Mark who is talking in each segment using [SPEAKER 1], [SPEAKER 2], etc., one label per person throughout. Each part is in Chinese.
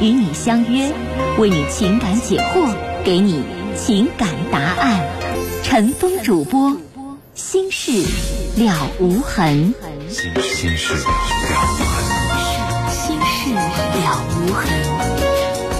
[SPEAKER 1] 与你相约，为你情感解惑，给你情感答案。陈峰主播，心事了无痕。
[SPEAKER 2] 心心事了无
[SPEAKER 1] 痕。心事了无痕。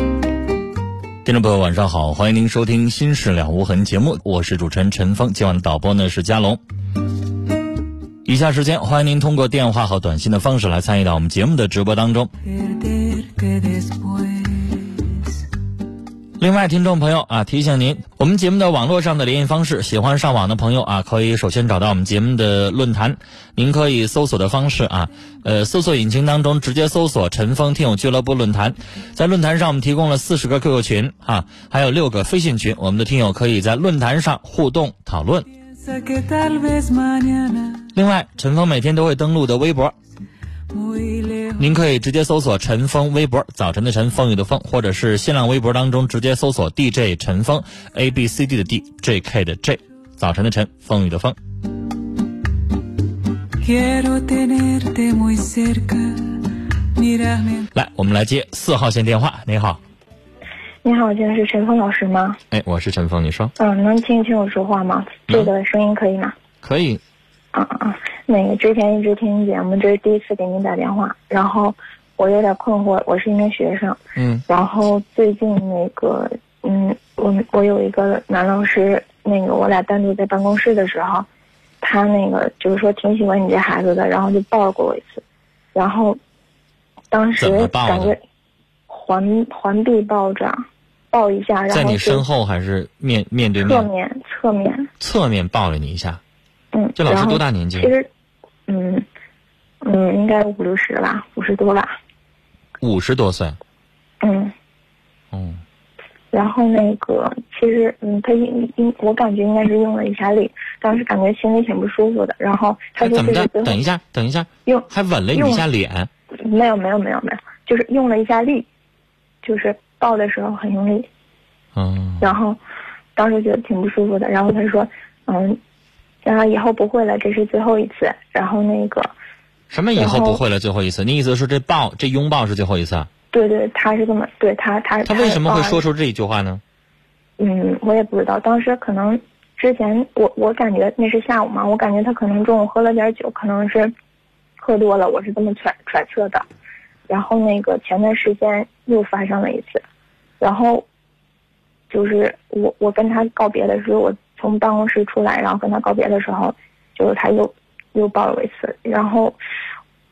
[SPEAKER 2] 听众朋友，晚上好！欢迎您收听《新事了无痕》节目，我是主持人陈峰，今晚的导播呢是佳龙。以下时间，欢迎您通过电话和短信的方式来参与到我们节目的直播当中。另外，听众朋友啊，提醒您，我们节目的网络上的联系方式，喜欢上网的朋友啊，可以首先找到我们节目的论坛，您可以搜索的方式啊，呃，搜索引擎当中直接搜索“陈峰听友俱乐部论坛”。在论坛上，我们提供了四十个 QQ 群啊，还有六个飞信群，我们的听友可以在论坛上互动讨论。另外，陈峰每天都会登录的微博。您可以直接搜索“陈峰”微博，早晨的晨，风雨的风，或者是新浪微博当中直接搜索 “DJ 陈峰 ”，A B C D 的 D，J K 的 J，早晨的晨，风雨的风。来，我们来接四号线电话。你好，
[SPEAKER 3] 你好，现在是陈峰老师吗？
[SPEAKER 2] 哎，我是陈峰，你说。
[SPEAKER 3] 嗯，能听清我说话吗？
[SPEAKER 2] 嗯
[SPEAKER 3] 这个声音可以吗？
[SPEAKER 2] 可以。
[SPEAKER 3] 啊啊，那个之前一直听节目，这是第一次给您打电话。然后我有点困惑，我是一名学生，
[SPEAKER 2] 嗯，
[SPEAKER 3] 然后最近那个，嗯，我我有一个男老师，那个我俩单独在办公室的时候，他那个就是说挺喜欢你这孩子的，然后就抱过我一次，然后当时感觉环环臂抱着，抱一下，然后
[SPEAKER 2] 在你身后还是面面对面？
[SPEAKER 3] 侧面，侧面，
[SPEAKER 2] 侧面抱了你一下。
[SPEAKER 3] 嗯，
[SPEAKER 2] 这老师多大年纪？
[SPEAKER 3] 其实，嗯，嗯，应该五六十吧，五十多吧。
[SPEAKER 2] 五十多岁。
[SPEAKER 3] 嗯。
[SPEAKER 2] 哦。
[SPEAKER 3] 然后那个，其实，嗯，他应应，我感觉应该是用了一下力，当时感觉心里挺不舒服的。然后他说
[SPEAKER 2] 怎么着？哎等一下，等一下。
[SPEAKER 3] 用
[SPEAKER 2] 还吻了你一下脸。
[SPEAKER 3] 没有没有没有没有，就是用了一下力，就是抱的时候很用力。
[SPEAKER 2] 嗯。
[SPEAKER 3] 然后，当时觉得挺不舒服的。然后他说，嗯。然后以后不会了，这是最后一次。然后那个，
[SPEAKER 2] 什么以后不会了，最后一次？你意思是这抱这拥抱是最后一次、啊？
[SPEAKER 3] 对对，他是这么对他他
[SPEAKER 2] 他为什么会说出这一句话呢？
[SPEAKER 3] 嗯，我也不知道。当时可能之前我我感觉那是下午嘛，我感觉他可能中午喝了点酒，可能是喝多了，我是这么揣揣测的。然后那个前段时间又发生了一次，然后就是我我跟他告别的时候我。从办公室出来，然后跟他告别的时候，就是他又又抱了我一次，然后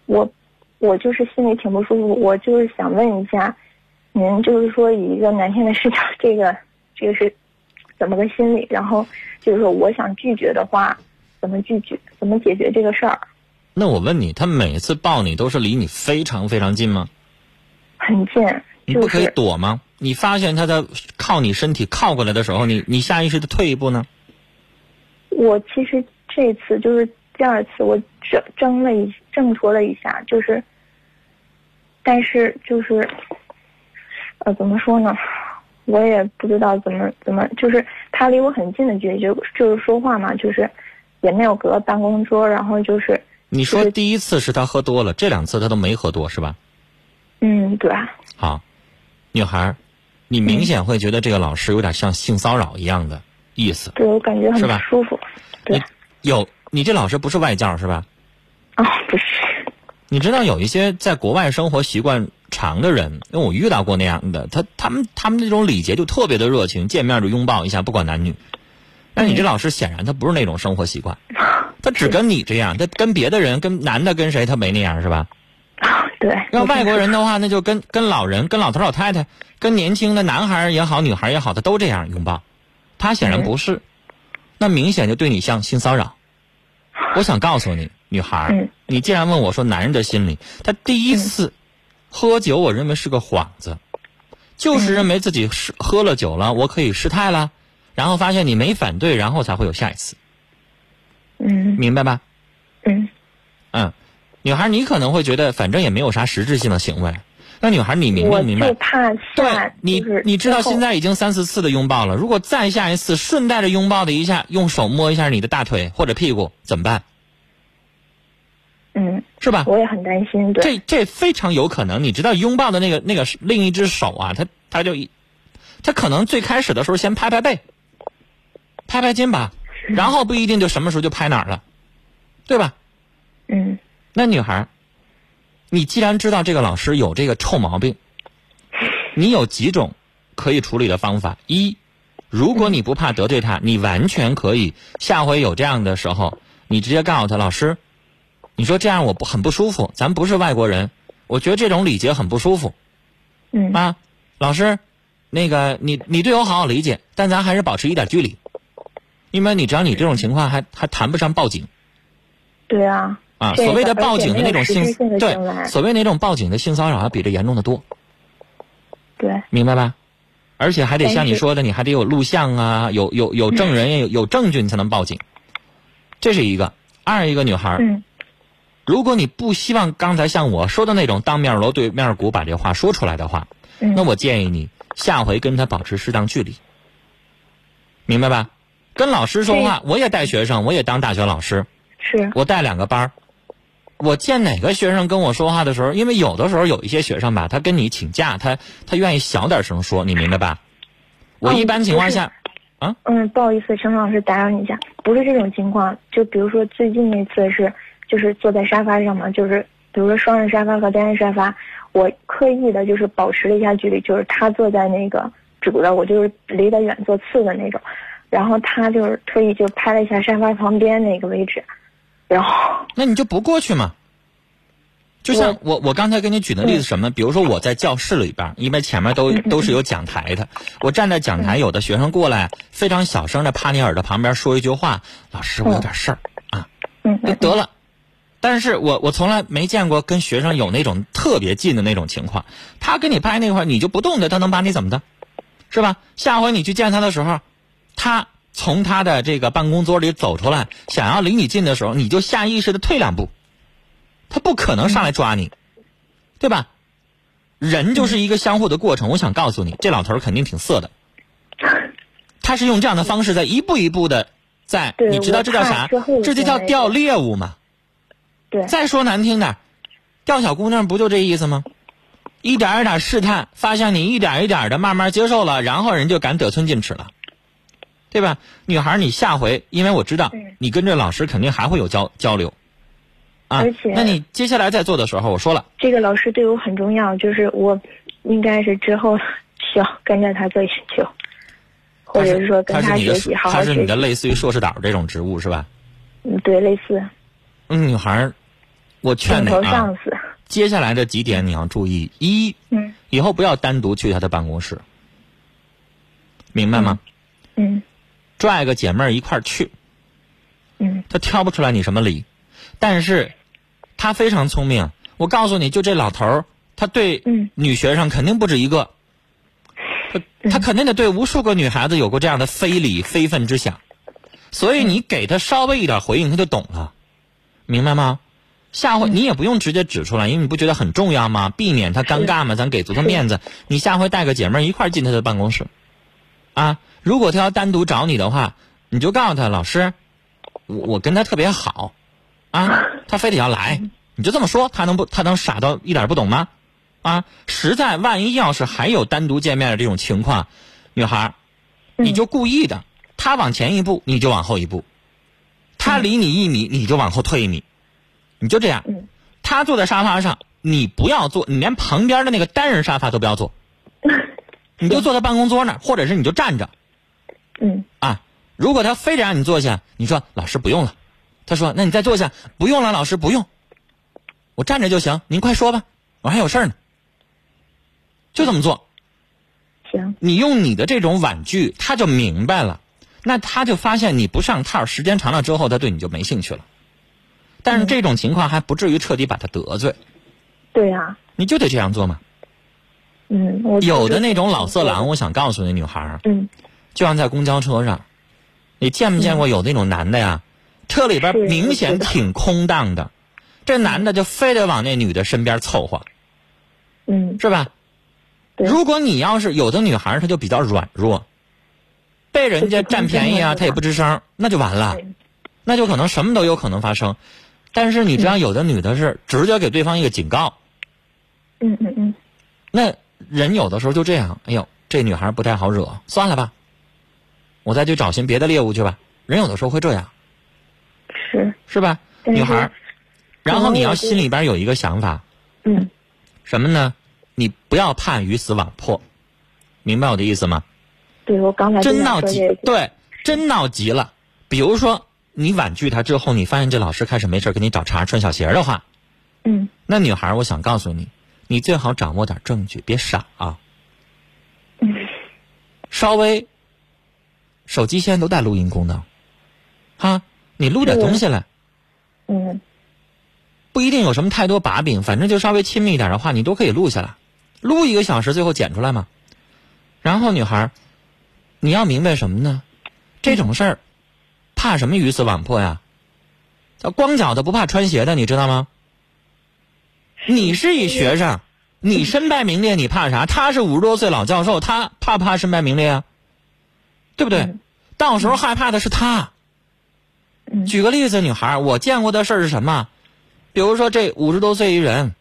[SPEAKER 3] 我我就是心里挺不舒服，我就是想问一下，您就是说以一个男性的视角，这个这个是怎么个心理？然后就是说我想拒绝的话，怎么拒绝？怎么解决这个事儿？
[SPEAKER 2] 那我问你，他每次抱你都是离你非常非常近吗？
[SPEAKER 3] 很近。
[SPEAKER 2] 你不可以躲吗？就是、你发现他在靠你身体靠过来的时候，你你下意识的退一步呢？
[SPEAKER 3] 我其实这次就是第二次，我挣挣了一挣脱了一下，就是，但是就是，呃，怎么说呢？我也不知道怎么怎么，就是他离我很近的距离，就就是说话嘛，就是也没有隔办公桌，然后就是。
[SPEAKER 2] 你说第一次是他喝多了，这两次他都没喝多是吧？
[SPEAKER 3] 嗯，对。
[SPEAKER 2] 好，女孩，你明显会觉得这个老师有点像性骚扰一样的。意思
[SPEAKER 3] 对我感觉很不舒服，对。
[SPEAKER 2] 有你这老师不是外教是吧？
[SPEAKER 3] 啊、哦，不是。
[SPEAKER 2] 你知道有一些在国外生活习惯长的人，因为我遇到过那样的，他他们他们那种礼节就特别的热情，见面就拥抱一下，不管男女。但你这老师显然他不是那种生活习惯，他只跟你这样，他跟别的人跟男的跟谁他没那样是吧？
[SPEAKER 3] 对，
[SPEAKER 2] 要外国人的话，那就跟跟老人、跟老头老太太、跟年轻的男孩也好、女孩也好，他都这样拥抱。他显然不是，那明显就对你像性骚扰。我想告诉你，女孩儿，
[SPEAKER 3] 嗯
[SPEAKER 2] 你既然问我说男人的心理，他第一次喝酒，我认为是个幌子，就是认为自己是喝了酒了，我可以失态了，然后发现你没反对，然后才会有下一次，
[SPEAKER 3] 嗯
[SPEAKER 2] 明白吧？
[SPEAKER 3] 嗯
[SPEAKER 2] 嗯，女孩儿，你可能会觉得反正也没有啥实质性的行为，那女孩儿你明
[SPEAKER 3] 嗯我
[SPEAKER 2] 不明白
[SPEAKER 3] 就？怕下
[SPEAKER 2] 对，你
[SPEAKER 3] 就是
[SPEAKER 2] 你知道
[SPEAKER 3] 之后
[SPEAKER 2] 现在已经三四次的拥抱了，如果再下一次顺带着拥抱的一下，用手摸一下你的大腿或者屁股，怎么办？
[SPEAKER 3] 嗯，
[SPEAKER 2] 是吧？
[SPEAKER 3] 我也很担心，对，
[SPEAKER 2] 这这非常有可能，你知道拥抱的那个那个是另一只手啊，他他就一，他可能最开始的时候先拍拍背，拍拍肩膀，然后不一定就什么时候就拍哪儿了，对吧？
[SPEAKER 3] 嗯
[SPEAKER 2] 那女孩儿，你既然知道这个老师有这个臭毛病，你有几种可以处理的方法？一，如果你不怕得罪他，你完全可以下回有这样的时候，你直接告诉他，老师，你说这样我不很不舒服，咱不是外国人，我觉得这种礼节很不舒服
[SPEAKER 3] 嗯
[SPEAKER 2] 啊。老师，那个你你对我好好理解，但咱还是保持一点距离，因为你知道你这种情况还还谈不上报警。
[SPEAKER 3] 对啊，
[SPEAKER 2] 啊，
[SPEAKER 3] 对
[SPEAKER 2] 所谓的
[SPEAKER 3] 而且
[SPEAKER 2] 报警的
[SPEAKER 3] 没
[SPEAKER 2] 那
[SPEAKER 3] 有
[SPEAKER 2] 种
[SPEAKER 3] 实
[SPEAKER 2] 性
[SPEAKER 3] 质性的行
[SPEAKER 2] 对，
[SPEAKER 3] 为
[SPEAKER 2] 所谓那种报警的性骚扰要比这严重的多，
[SPEAKER 3] 对，
[SPEAKER 2] 明白吧？而且还得
[SPEAKER 3] 但
[SPEAKER 2] 像你
[SPEAKER 3] 是嗯
[SPEAKER 2] 说的，你还得有录像啊，有有有证人，有有证据，你才能报警。这是一个。二一个女孩儿，
[SPEAKER 3] 嗯
[SPEAKER 2] 如果你不希望刚才像我说的那种当面锣对面鼓把这话说出来的话，
[SPEAKER 3] 嗯，
[SPEAKER 2] 那我建议你下回跟他保持适当距离，明白吧？跟老师说话，我也带学生，我也当大学老师，
[SPEAKER 3] 是
[SPEAKER 2] 我带两个班儿，我见哪个学生跟我说话的时候，因为有的时候有一些学生吧，他跟你请假，他他愿意小点声说，你明白吧？我
[SPEAKER 3] 哦
[SPEAKER 2] 一般情况下，
[SPEAKER 3] 嗯，不好意思，程老师打扰你一下，不是这种情况，就比如说最近那次是，就是坐在沙发上嘛，就是比如说双人沙发和单人沙发，我刻意的就是保持了一下距离，就是他坐在那个主的，我就是离得远坐次的那种，然后他就是特意就拍了一下沙发旁边那个位置，然后
[SPEAKER 2] 那你就不过去嘛。就像我我刚才给你举的例子是什么？比如说我在教室里边儿，因为前面都都是有讲台的，我站在讲台，有的学生过来非常小声的趴你耳朵旁边说一句话：“老师，我有点事儿啊。”
[SPEAKER 3] 嗯
[SPEAKER 2] 就得了。但是我我从来没见过跟学生有那种特别近的那种情况，他跟你拍那块儿你就不动的，他能把你怎么的，是吧？下回你去见他的时候，他从他的这个办公桌里走出来，想要离你近的时候，你就下意识的退两步，他不可能上来抓你，对吧？人就是一个相互的过程，我想告诉你，这老头儿肯定挺色的，他是用这样的方式在一步一步的在，
[SPEAKER 3] 对
[SPEAKER 2] 你知道
[SPEAKER 3] 我
[SPEAKER 2] 这叫
[SPEAKER 3] 怕
[SPEAKER 2] 啥
[SPEAKER 3] 之后有？
[SPEAKER 2] 这就
[SPEAKER 3] 这
[SPEAKER 2] 叫
[SPEAKER 3] 样的
[SPEAKER 2] 钓猎物嘛。
[SPEAKER 3] 对，
[SPEAKER 2] 再说难听点儿，钓小姑娘不就这意思吗？一点儿一点儿试探，发现你一点儿一点的慢慢接受了，然后人就敢得寸进尺了，对吧？女孩儿，你下回，因为我知道
[SPEAKER 3] 嗯
[SPEAKER 2] 你跟这老师肯定还会有交交流，啊
[SPEAKER 3] 而且，
[SPEAKER 2] 那你接下来在做的时候，我说了，
[SPEAKER 3] 这个老师对我很重要，就是我应该是之后需要跟着他做研究，或
[SPEAKER 2] 他
[SPEAKER 3] 者是说
[SPEAKER 2] 是
[SPEAKER 3] 跟
[SPEAKER 2] 他是你
[SPEAKER 3] 学
[SPEAKER 2] 的
[SPEAKER 3] 习，好好
[SPEAKER 2] 他是
[SPEAKER 3] 学
[SPEAKER 2] 你的
[SPEAKER 3] 习。
[SPEAKER 2] 类似于硕士导这种职务是吧？
[SPEAKER 3] 嗯，对，类似
[SPEAKER 2] 嗯，女孩儿，我劝
[SPEAKER 3] 顶
[SPEAKER 2] 你
[SPEAKER 3] 头
[SPEAKER 2] 啊
[SPEAKER 3] 上，司。
[SPEAKER 2] 接下来的几点你要注意：一，
[SPEAKER 3] 嗯
[SPEAKER 2] 以后不要单独去他的办公室，明白吗？
[SPEAKER 3] 嗯
[SPEAKER 2] 拽个姐妹儿一块儿去，
[SPEAKER 3] 嗯
[SPEAKER 2] 他挑不出来你什么理，但是他非常聪明。我告诉你，就这老头儿，他对
[SPEAKER 3] 嗯
[SPEAKER 2] 女学生肯定不止一个，他他肯定得对无数个女孩子有过这样的非礼非分之想，所以
[SPEAKER 3] 嗯
[SPEAKER 2] 你给他稍微一点回应，他就懂了，明白吗？下
[SPEAKER 3] 嗯
[SPEAKER 2] 回你也不用直接指出来，因为你不觉得很重要吗？避免他尴尬嘛，咱给足他面子。你下回带个姐妹儿一块儿进他的办公室，啊，如果他要单独找你的话，你就告诉他老师，我我跟他特别好， 啊，他非得要来，你就这么说，他能不他能傻到一点不懂吗？啊，实在万一要是还有单独见面的这种情况，女孩儿，
[SPEAKER 3] 嗯
[SPEAKER 2] 你就故意的，他往前一步你就往后一步，他离你一米你就往后退一米，你就这样
[SPEAKER 3] 嗯，
[SPEAKER 2] 他坐在沙发上，你不要坐，你连旁边的那个单人沙发都不要坐，你就坐在办公桌那儿，或者是你就站着
[SPEAKER 3] 嗯
[SPEAKER 2] 啊。如果他非得让你坐下，你说老师不用了，他说那你再坐下，不用了，老师不用，我站着就行，您快说吧，我还有事儿呢。就这么做，
[SPEAKER 3] 行，
[SPEAKER 2] 你用你的这种婉拒，他就明白了，那他就发现你不上套，时间长了之后，他对你就没兴趣了。但是这种情况还不至于彻底把他得罪，
[SPEAKER 3] 对呀、
[SPEAKER 2] 你就得这样做嘛。
[SPEAKER 3] 嗯，我
[SPEAKER 2] 有的那种老色狼，，我想告诉那女孩儿，
[SPEAKER 3] 嗯，
[SPEAKER 2] 就像在公交车上，你见没见过有那种男的呀？车里边
[SPEAKER 3] 嗯是
[SPEAKER 2] 明
[SPEAKER 3] 是
[SPEAKER 2] 显
[SPEAKER 3] 的
[SPEAKER 2] 挺空荡的，这男的就非得往那女的身边凑合，
[SPEAKER 3] 嗯，
[SPEAKER 2] 是吧？
[SPEAKER 3] 对
[SPEAKER 2] 如果你要是有的女孩儿，她就比较软弱，被人家
[SPEAKER 3] 就是
[SPEAKER 2] 占便宜啊，
[SPEAKER 3] 空间
[SPEAKER 2] 她也不吱声，那就完了
[SPEAKER 3] 对，
[SPEAKER 2] 那就可能什么都有可能发生。但是你知道，有的女的是直接给对方一个警告，
[SPEAKER 3] 嗯嗯嗯，
[SPEAKER 2] 那人有的时候就这样，哎呦，这女孩不太好惹，算了吧，我再去找寻别的猎物去吧。人有的时候会这样，
[SPEAKER 3] 是，
[SPEAKER 2] 是吧？
[SPEAKER 3] 但是
[SPEAKER 2] 女孩，然后你要
[SPEAKER 3] 我觉得
[SPEAKER 2] 心里边有一个想法，
[SPEAKER 3] 嗯，
[SPEAKER 2] 什么呢？你不要怕鱼死网破，明白我的意思吗？
[SPEAKER 3] 啊对我刚才就
[SPEAKER 2] 真
[SPEAKER 3] 想
[SPEAKER 2] 闹
[SPEAKER 3] 说
[SPEAKER 2] 急
[SPEAKER 3] 这个，
[SPEAKER 2] 对，真闹急了。比如说，你婉拒他之后，你发现这老师开始没事儿给你找茬、穿小鞋儿的话，
[SPEAKER 3] 嗯，
[SPEAKER 2] 那女孩，我想告诉你，你最好掌握点证据，别傻啊。
[SPEAKER 3] 嗯
[SPEAKER 2] 稍微，手机现在都带录音功能，哈，你录点
[SPEAKER 3] 是
[SPEAKER 2] 东西来，
[SPEAKER 3] 嗯
[SPEAKER 2] 不一定有什么太多把柄，反正就稍微亲密一点的话，你都可以录下来，录一个小时，最后剪出来嘛。然后女孩，你要明白什么呢？这种事儿，怕什么鱼死网破呀？叫光脚的不怕穿鞋的，你知道吗？你是一学生，你身败名裂，你怕啥？他是五十多岁老教授，他怕不怕身败名裂啊？对不对？
[SPEAKER 3] 嗯
[SPEAKER 2] 到时候害怕的是他。
[SPEAKER 3] 嗯
[SPEAKER 2] 举个例子，女孩儿，我见过的事儿是什么？比如说，这五十多岁一人，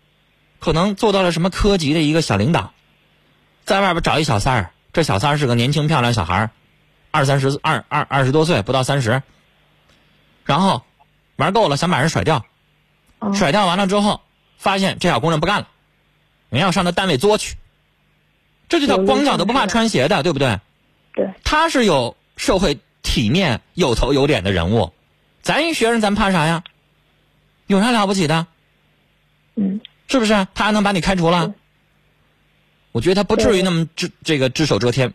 [SPEAKER 2] 可能做到了什么科级的一个小领导，在外边找一小三儿，这小三儿是个年轻漂亮小孩儿，二三十二二二十多岁，不到三十，然后玩够了想把人甩掉，
[SPEAKER 3] 哦
[SPEAKER 2] 甩掉完了之后，发现这小姑娘不干了，人要上她单位作去，这就叫
[SPEAKER 3] 有
[SPEAKER 2] 光脚的
[SPEAKER 3] 路
[SPEAKER 2] 不怕
[SPEAKER 3] 是吧
[SPEAKER 2] 穿鞋的，对不对？
[SPEAKER 3] 对，
[SPEAKER 2] 他是有社会体面、有头有脸的人物，咱一学生咱怕啥呀？有啥了不起的？
[SPEAKER 3] 嗯
[SPEAKER 2] 是不是？他还能把你开除了
[SPEAKER 3] 是？
[SPEAKER 2] 我觉得他不至于
[SPEAKER 3] 对
[SPEAKER 2] 那么只这个只手遮天，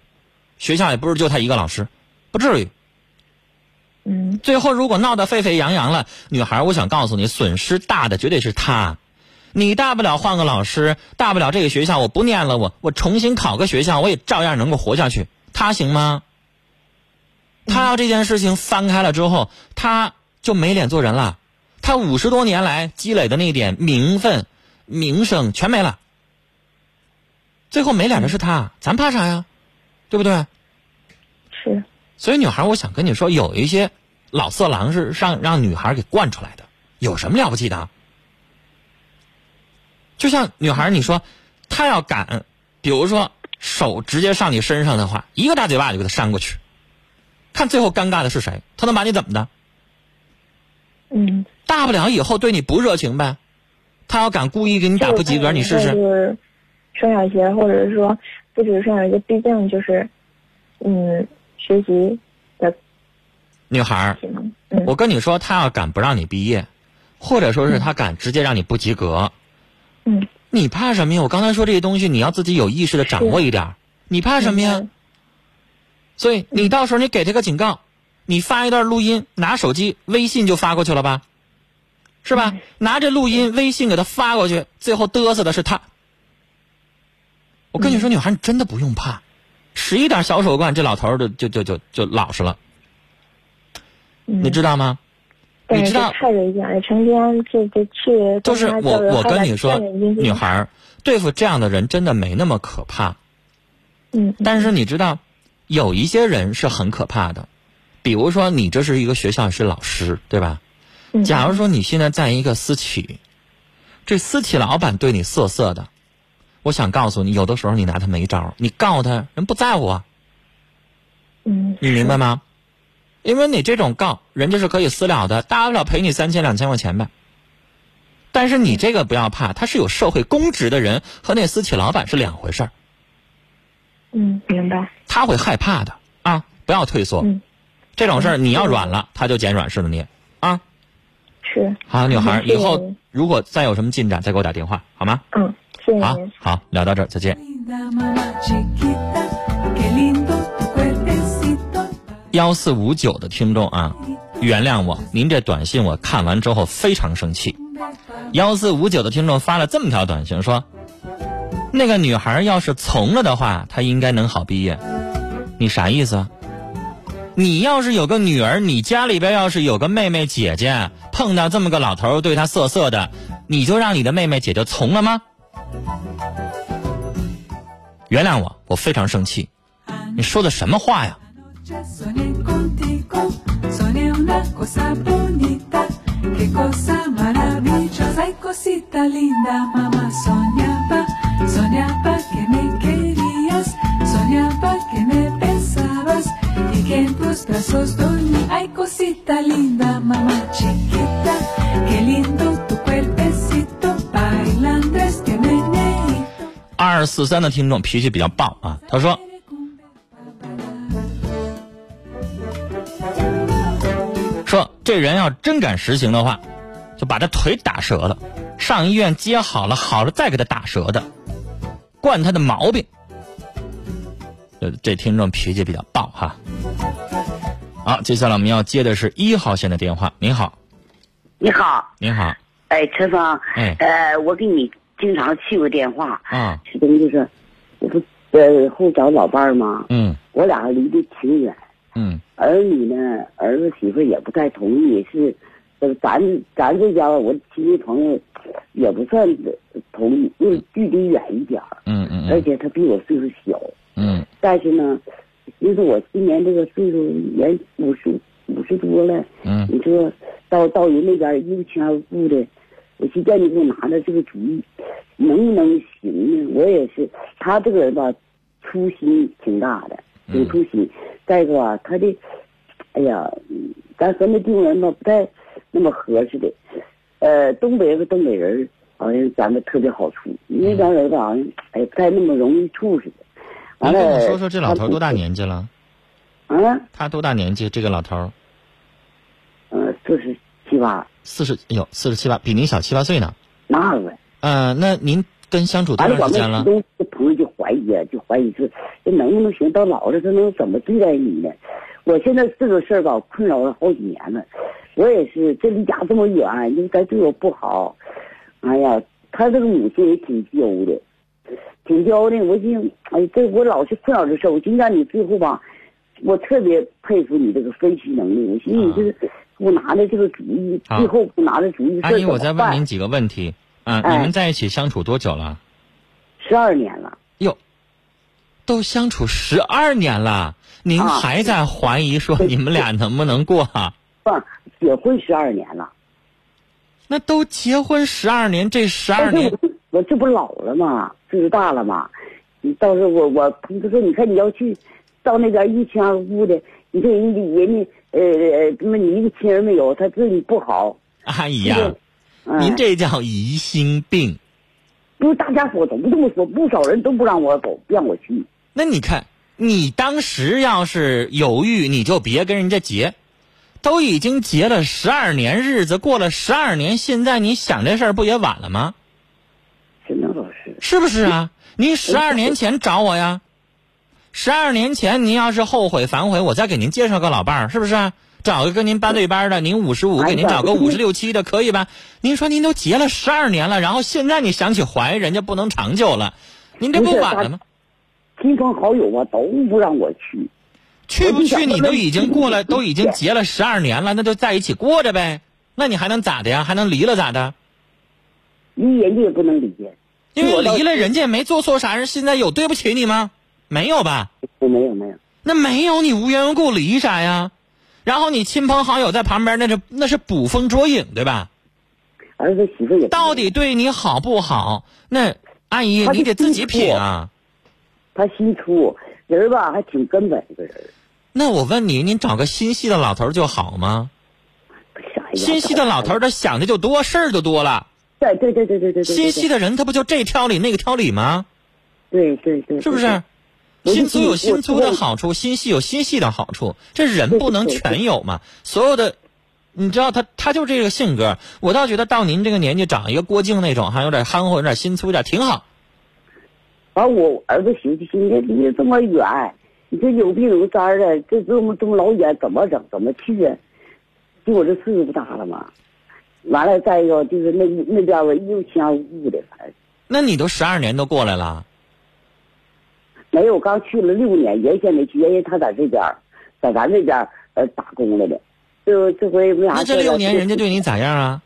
[SPEAKER 2] 学校也不是就他一个老师，不至于。
[SPEAKER 3] 嗯，
[SPEAKER 2] 最后如果闹得沸沸扬扬了，女孩，我想告诉你，损失大的绝对是她。你大不了换个老师，大不了这个学校我不念了，我我重新考个学校，我也照样能够活下去。她行吗？她要这件事情翻开了之后，她就没脸做人了。她五十多年来积累的那点名分、名声全没了。最后没脸的是她，咱怕啥呀？对不对？
[SPEAKER 3] 是，
[SPEAKER 2] 所以，女孩，我想跟你说，有一些老色狼是让让女孩给惯出来的，有什么了不起的？就像女孩，你说她要敢，比如说手直接上你身上的话，一个大嘴巴就给她扇过去，看最后尴尬的是谁，她能把你怎么的？
[SPEAKER 3] 嗯，
[SPEAKER 2] 大不了以后对你不热情呗。她要敢故意给你打
[SPEAKER 3] 这
[SPEAKER 2] 不
[SPEAKER 3] 个
[SPEAKER 2] 及格，
[SPEAKER 3] 看
[SPEAKER 2] 你
[SPEAKER 3] 以
[SPEAKER 2] 试
[SPEAKER 3] 后
[SPEAKER 2] 试。
[SPEAKER 3] 就是穿小鞋，或者是说不只是穿小鞋，毕竟就是嗯学习的
[SPEAKER 2] 女孩儿，
[SPEAKER 3] 体能，嗯
[SPEAKER 2] 我跟你说，她要敢不让你毕业，或者说是她敢直接让你不及格，
[SPEAKER 3] 嗯，
[SPEAKER 2] 你怕什么呀？我刚才说这些东西，你要自己有意识的掌握一点儿。你怕什么呀
[SPEAKER 3] 明？
[SPEAKER 2] 所以你到时候你给他个警告，你发一段录音，拿手机微信就发过去了吧，是
[SPEAKER 3] 嗯
[SPEAKER 2] 吧？拿着录音微信给他发过去，最后嘚瑟的是他。我跟你说，女孩，你真的不用怕，
[SPEAKER 3] 嗯
[SPEAKER 2] 使一点小手段，这老头儿就就就就就老实了，
[SPEAKER 3] 嗯
[SPEAKER 2] 你知道吗？
[SPEAKER 3] 但
[SPEAKER 2] 你
[SPEAKER 3] 是
[SPEAKER 2] 知
[SPEAKER 3] 就
[SPEAKER 2] 道
[SPEAKER 3] 太危险了，成天这这去
[SPEAKER 2] 就是
[SPEAKER 3] 跟他
[SPEAKER 2] 我
[SPEAKER 3] 交流
[SPEAKER 2] 我
[SPEAKER 3] 嗯还
[SPEAKER 2] 跟
[SPEAKER 3] 把
[SPEAKER 2] 你说
[SPEAKER 3] 家人，引进去
[SPEAKER 2] 女孩，儿对付这样的人真的没那么可怕。
[SPEAKER 3] 嗯，
[SPEAKER 2] 但是你知道，有一些人是很可怕的，比如说你这是一个学校是老师，对吧？
[SPEAKER 3] 嗯
[SPEAKER 2] 假如说你现在在一个私企，这私企老板对你色色的，我想告诉你，有的时候你拿他没招儿，你告他人不在乎啊，
[SPEAKER 3] 嗯，
[SPEAKER 2] 你明白吗？因为你这种告，人家是可以私了的，大不了赔你三千两千块钱呗。但是你这个不要怕，他是有社会公职的人，和那私企老板是两回事儿，
[SPEAKER 3] 嗯，明白。
[SPEAKER 2] 他会害怕的啊！不要退缩，
[SPEAKER 3] 嗯，
[SPEAKER 2] 这种事儿你要软了，他就捡软柿子捏啊！
[SPEAKER 3] 是。
[SPEAKER 2] 好，女孩儿，
[SPEAKER 3] 嗯谢
[SPEAKER 2] 以
[SPEAKER 3] 谢
[SPEAKER 2] 后
[SPEAKER 3] 您
[SPEAKER 2] 如果再有什么进展，再给我打电话好吗？
[SPEAKER 3] 嗯，谢谢
[SPEAKER 2] 好
[SPEAKER 3] 您。
[SPEAKER 2] 好，聊到这儿，再见。
[SPEAKER 4] Linda mamá chiquita, qué lindo tu cuerpecito.
[SPEAKER 2] 幺四五九的听众啊，原谅我，您这短信我看完之后非常生气。幺四五九的听众发了这么条短信说：“那个女孩要是从了的话，她应该能好毕业。”你啥意思啊？你要是有个女儿，你家里边要是有个妹妹姐姐，碰到这么个老头儿对她色色的，你就让你的妹妹姐姐从了吗？原谅我，我非常生气。你说的什么话呀？
[SPEAKER 4] Anoche soñé contigo, soñé una cosa bonita. Qué cosa maravillosa y cosita linda, mamá. Soñaba, soñaba que me querías, soñaba que me besabas y que en tus brazos dormí. Ay, cosita linda, mamá chiquita, qué lindo tu cuerpecito, bailando este meneíto.
[SPEAKER 2] 二四三的听众脾气比较暴啊，他说
[SPEAKER 4] Recumbe, papá.
[SPEAKER 2] 说这人要真敢实行的话，就把他腿打折了，上医院接好了，好了再给他打折的，惯他的毛病。呃，这听众脾气比较暴哈。好，接下来我们要接的是一号线的电话。您好，
[SPEAKER 5] 你好，
[SPEAKER 2] 您好，
[SPEAKER 5] 哎，陈芳，
[SPEAKER 2] 哎
[SPEAKER 5] 呃，我给你经常去过电话，
[SPEAKER 2] 啊，
[SPEAKER 5] 始终就是，我不呃后找老伴儿嘛，
[SPEAKER 2] 嗯
[SPEAKER 5] 我俩离得挺远，
[SPEAKER 2] 嗯
[SPEAKER 5] 儿女呢，儿子媳妇儿也不太同意，是，呃，咱咱这家我亲戚朋友也不算同意，因为距离远一点儿，
[SPEAKER 2] 嗯
[SPEAKER 5] 而
[SPEAKER 2] 嗯
[SPEAKER 5] 且他比我岁数小，
[SPEAKER 2] 嗯
[SPEAKER 5] 但是呢，因为我今年这个岁数也五十五十多了。
[SPEAKER 2] 嗯嗯
[SPEAKER 5] 你说到到人那边一无亲二故的，我现在你给我拿着这个主意，能不能行呢？我也是，他这个人吧，粗心挺大的，
[SPEAKER 2] 嗯
[SPEAKER 5] 挺粗心。再一个吧，他的，哎呀，嗯咱和那地方人吧不太那么合适的。呃，东北和东北人好像咱们特别好处，
[SPEAKER 2] 嗯
[SPEAKER 5] 那帮人吧好像哎不太那么容易处似的。
[SPEAKER 2] 您
[SPEAKER 5] 完
[SPEAKER 2] 跟我
[SPEAKER 5] 了，
[SPEAKER 2] 说说这老头多大
[SPEAKER 5] 他不？
[SPEAKER 2] 年纪了？
[SPEAKER 5] 啊，
[SPEAKER 2] 他多大年纪？这个老头
[SPEAKER 5] 嗯，四十七八，
[SPEAKER 2] 四十有四十七八，比您小七八岁呢。
[SPEAKER 5] 那个。
[SPEAKER 2] 呃，那您跟相处多
[SPEAKER 5] 完了，
[SPEAKER 2] 长
[SPEAKER 5] 我
[SPEAKER 2] 时间
[SPEAKER 5] 们
[SPEAKER 2] 了？
[SPEAKER 5] 都这朋友就怀疑啊，就怀疑说这能不能行？到老了他能怎么对待你呢？我现在这个事儿吧，困扰了好几年了。我也是，这离家这么远，又再对我不好，哎呀，他这个母亲也挺娇的，挺娇的。我寻，哎，这我老是困扰这事儿。我寻思让你最后吧，我特别佩服你这个分析能力。我寻思你这个，给我拿的这个主意，
[SPEAKER 2] 好
[SPEAKER 5] 最后给我拿的主意，
[SPEAKER 2] 啊阿
[SPEAKER 5] 这
[SPEAKER 2] 姨，
[SPEAKER 5] 怎
[SPEAKER 2] 我再
[SPEAKER 5] 么
[SPEAKER 2] 问您
[SPEAKER 5] 办？
[SPEAKER 2] 几个问题啊、
[SPEAKER 5] 哎
[SPEAKER 2] 你们在一起相处多久了？
[SPEAKER 5] 十二年了。
[SPEAKER 2] 哟，都相处十二年了，您
[SPEAKER 5] 啊
[SPEAKER 2] 还在怀疑说你们俩能不能过、啊？
[SPEAKER 5] 不，结婚十二年了。
[SPEAKER 2] 那都结婚十二年，这十二
[SPEAKER 5] 但是
[SPEAKER 2] 年，
[SPEAKER 5] 我我这不老了吗？岁数大了吗？你到时候我我朋友说，你看你要去到那边一亲二故的，你这人家人家呃什么你一个亲人没有，他对你不好。
[SPEAKER 2] 阿姨呀、
[SPEAKER 5] 嗯、
[SPEAKER 2] 您这叫疑心病。
[SPEAKER 5] 不是大家伙都这么说，不少人都不让我走，不让我去。
[SPEAKER 2] 那你看，你当时要是犹豫，你就别跟人家结。都已经结了十二年，日子过了十二年，现在你想这事儿不也晚了吗？
[SPEAKER 5] 真的老师，
[SPEAKER 2] 是不是
[SPEAKER 5] 嗯
[SPEAKER 2] 啊？您十二年前找我呀，十二年前您要是后悔反悔，我再给您介绍个老伴儿，是不是、啊？找个跟您班对班的，您五十五，
[SPEAKER 5] 哎呀
[SPEAKER 2] 给您找个五十六七的，可以吧？您说您都结了十二年了，然后现在你想起怀人家不能长久了，您这不晚了吗？
[SPEAKER 5] 亲朋好友啊都不让我去。
[SPEAKER 2] 去不去你都已经过了，
[SPEAKER 5] 我就想
[SPEAKER 2] 都已经结了十二年了，那就在一起过着呗。那你还能咋的呀？还能离了咋的？
[SPEAKER 5] 离人家也不能离，
[SPEAKER 2] 因为
[SPEAKER 5] 我倒
[SPEAKER 2] 离了人家也没做错啥，人现在有对不起你吗？没有吧？
[SPEAKER 5] 没有没有，
[SPEAKER 2] 那没有你无缘无故理啥呀？然后你亲朋好友在旁边，那是那是捕风捉影，对吧？
[SPEAKER 5] 儿子媳妇也不
[SPEAKER 2] 到底对你好不好？那阿姨，
[SPEAKER 5] 他是
[SPEAKER 2] 你得自己品啊。
[SPEAKER 5] 他心粗，人吧还挺根本一个人。
[SPEAKER 2] 那我问你，您找个心细的老头儿就好吗？
[SPEAKER 5] 哎呀
[SPEAKER 2] 心细的老头，儿他想的就多，事儿就多了。
[SPEAKER 5] 对对对对对对对，
[SPEAKER 2] 心细的人他不就这挑理那个挑理吗？
[SPEAKER 5] 对对对，
[SPEAKER 2] 是不是？
[SPEAKER 5] 对
[SPEAKER 2] 心粗有心粗的
[SPEAKER 5] 我
[SPEAKER 2] 好处，心细有心细的好处。这人
[SPEAKER 5] 对
[SPEAKER 2] 不能
[SPEAKER 5] 对对
[SPEAKER 2] 全有嘛。所有的，你知道他他就这个性格。我倒觉得到您这个年纪，长一个郭靖那种，还有点憨厚，有点心粗，有点挺好。
[SPEAKER 5] 完我儿子寻思，寻思离得这么远，你这有病有灾儿的，这这么这么老远，怎么整？怎么去啊？就我这岁数不大了嘛。完了，再一个就是那那边儿吧，又乡无故的，反正
[SPEAKER 2] 那你都十二年都过来了，
[SPEAKER 5] 没有。刚去了六年，原先没去，原先他在这边儿，在咱这边儿呃打工来的，就这回没啥
[SPEAKER 2] 那
[SPEAKER 5] 事
[SPEAKER 2] 这
[SPEAKER 5] 儿了。
[SPEAKER 2] 六年
[SPEAKER 5] 就
[SPEAKER 2] 人家对你咋样啊？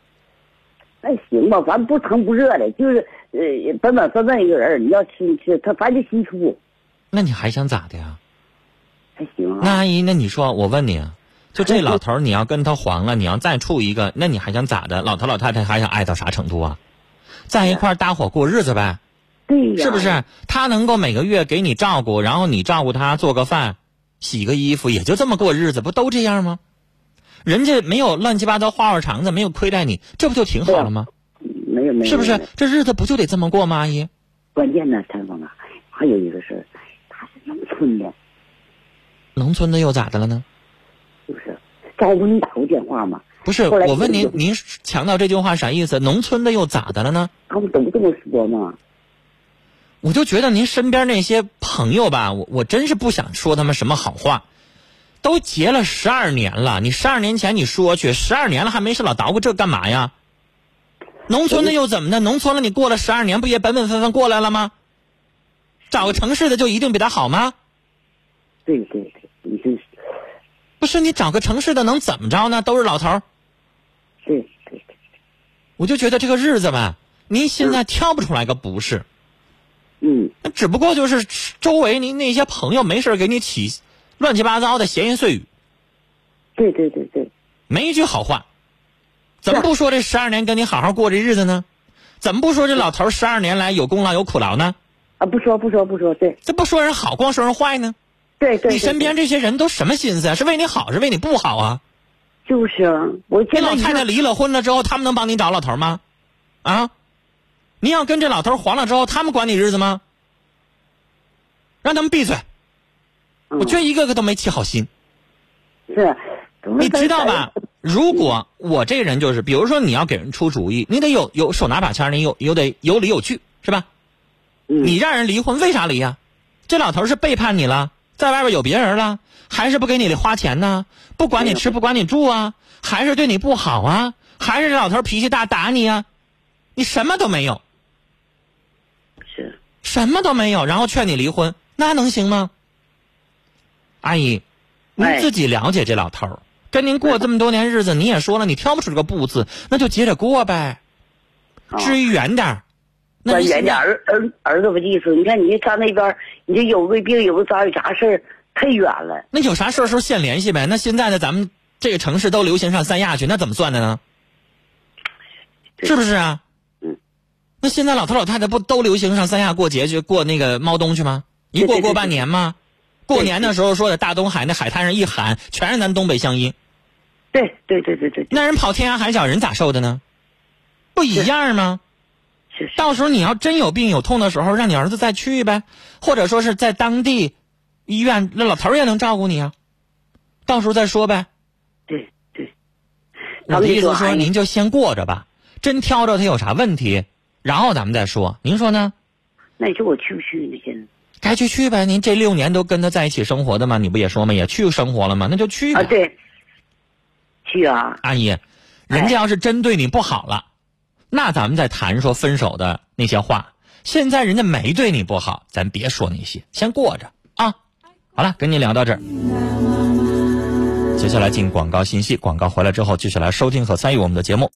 [SPEAKER 5] 那行吧，咱不疼不热的，就是呃本本分分一个人儿。你要心是他，咱就心粗，
[SPEAKER 2] 那你还想咋的呀？
[SPEAKER 5] 还行
[SPEAKER 2] 那
[SPEAKER 5] 啊。
[SPEAKER 2] 阿姨，那你说，我问你啊，就这老头儿，你要跟他黄了，你要再处一个，那你还想咋的？老头老太太还想爱到啥程度啊？在一块儿搭伙过日子呗，
[SPEAKER 5] 对呀、
[SPEAKER 2] 是啊不？是？他能够每个月给你照顾，然后你照顾他，做个饭，洗个衣服，也就这么过日子，不都这样吗？人家没有乱七八糟花花肠子，没有亏待你，这不就挺好了吗？
[SPEAKER 5] 没有没有，
[SPEAKER 2] 是不
[SPEAKER 5] 没有
[SPEAKER 2] 是？这日子不就得这么过吗？阿姨，
[SPEAKER 5] 关键呢，陈峰啊，还有一个事儿，他是农村的，
[SPEAKER 2] 农村的又咋的了呢？
[SPEAKER 5] 就是早不你打过电话吗？
[SPEAKER 2] 不是，
[SPEAKER 5] 后来
[SPEAKER 2] 我问您
[SPEAKER 5] 就，
[SPEAKER 2] 您强调这句话啥意思？农村的又咋的了呢？
[SPEAKER 5] 他们都这么说嘛。
[SPEAKER 2] 我就觉得您身边那些朋友吧，我我真是不想说他们什么好话，都结了十二年了，你十二年前你说去，十二年了还没事老捣鼓这干嘛呀？农村的又怎么的？农村了你过了十二年，不也本本分分过来了吗？找个城市的就一定比他好吗？
[SPEAKER 5] 对对对，你真是
[SPEAKER 2] 不是你找个城市的能怎么着呢？都是老头儿，
[SPEAKER 5] 对对对，
[SPEAKER 2] 我就觉得这个日子吧，您现在挑不出来个不是。
[SPEAKER 5] 嗯，
[SPEAKER 2] 那只不过就是周围您那些朋友没事儿给你起乱七八糟的闲言碎语，
[SPEAKER 5] 对对对对，
[SPEAKER 2] 没一句好话。怎么不说这十二年跟你好好过这日子呢？怎么不说这老头十二年来有功劳有苦劳呢？
[SPEAKER 5] 啊，不说不说不说，对
[SPEAKER 2] 这不说人好，光说人坏呢？
[SPEAKER 5] 对对对，
[SPEAKER 2] 你身边
[SPEAKER 5] 这
[SPEAKER 2] 这些人都什么心思啊？是为你好，是为你不好啊？
[SPEAKER 5] 就是啊，我
[SPEAKER 2] 这
[SPEAKER 5] 现在
[SPEAKER 2] 老太太离了婚了之后，他们能帮你找老头吗？啊？你要跟这老头黄了之后，他们管你日子吗？让他们闭嘴！我觉
[SPEAKER 5] 得
[SPEAKER 2] 得一个个都没起好心。
[SPEAKER 5] 嗯是，怎么
[SPEAKER 2] 你知道
[SPEAKER 5] 咱
[SPEAKER 2] 吧？？如果我这人就是，比如说你要给人出主意，你得有有手拿把掐，你有有得有理有据，是吧？
[SPEAKER 5] 嗯
[SPEAKER 2] 你让人离婚，为啥离呀、这老头是背叛你了，在外边有别人了，还是不给你花钱呢？不管你吃，不管你住啊，还是对你不好啊？还是这老头脾气大打你啊？你什么都没有，
[SPEAKER 5] 是，
[SPEAKER 2] 什么都没有，然后劝你离婚，那能行吗？阿姨，您
[SPEAKER 5] 哎
[SPEAKER 2] 自己了解这老头儿，跟您过这么多年日子，你也说了，你挑不出这个不字，那就接着过呗。
[SPEAKER 5] 啊
[SPEAKER 2] 至于远点儿，那
[SPEAKER 5] 咱
[SPEAKER 2] 你
[SPEAKER 5] 远
[SPEAKER 2] 现
[SPEAKER 5] 点
[SPEAKER 2] 在
[SPEAKER 5] 儿，儿儿儿子不记住，你看你上那边儿，你这有个病有个灾有啥事儿，太远了。
[SPEAKER 2] 那有啥事儿时候现联系呗。那现在呢，咱们这个城市都流行上三亚去，那怎么算的呢？
[SPEAKER 5] 对
[SPEAKER 2] 是不是啊？
[SPEAKER 5] 嗯。
[SPEAKER 2] 那现在老头老太太不都流行上三亚过节去，过那个猫冬去吗？一过
[SPEAKER 5] 对对
[SPEAKER 2] 过
[SPEAKER 5] 对
[SPEAKER 2] 半
[SPEAKER 5] 对
[SPEAKER 2] 年吗？过年的时候说的大东海那海滩上一喊，全是咱东北乡音。
[SPEAKER 5] 对对对对对，对
[SPEAKER 2] 那人跑天涯海角，人咋受的呢？不一样吗？
[SPEAKER 5] 是是，
[SPEAKER 2] 到时候你要真有病有痛的时候，让你儿子再去呗，或者说是在当地医院，那老头儿也能照顾你啊。到时候再说呗。
[SPEAKER 5] 对对。
[SPEAKER 2] 我
[SPEAKER 5] 咱
[SPEAKER 2] 的
[SPEAKER 5] 们
[SPEAKER 2] 意思
[SPEAKER 5] 就
[SPEAKER 2] 说，
[SPEAKER 5] 哎
[SPEAKER 2] 您就先过着吧，真挑着他有啥问题，然后咱们再说。您说呢？
[SPEAKER 5] 那你说我去不去呢？现在
[SPEAKER 2] 该去去呗。您这六年都跟他在一起生活的嘛，你不也说嘛，也去生活了嘛，那就去呗。
[SPEAKER 5] 啊，对，去啊，
[SPEAKER 2] 阿姨，人家要是真对你不好了，那咱们再谈说分手的那些话。现在人家没对你不好，咱别说那些，先过着啊。好了，跟您聊到这儿。接下来进广告信息，广告回来之后继续来收听和参与我们的节目。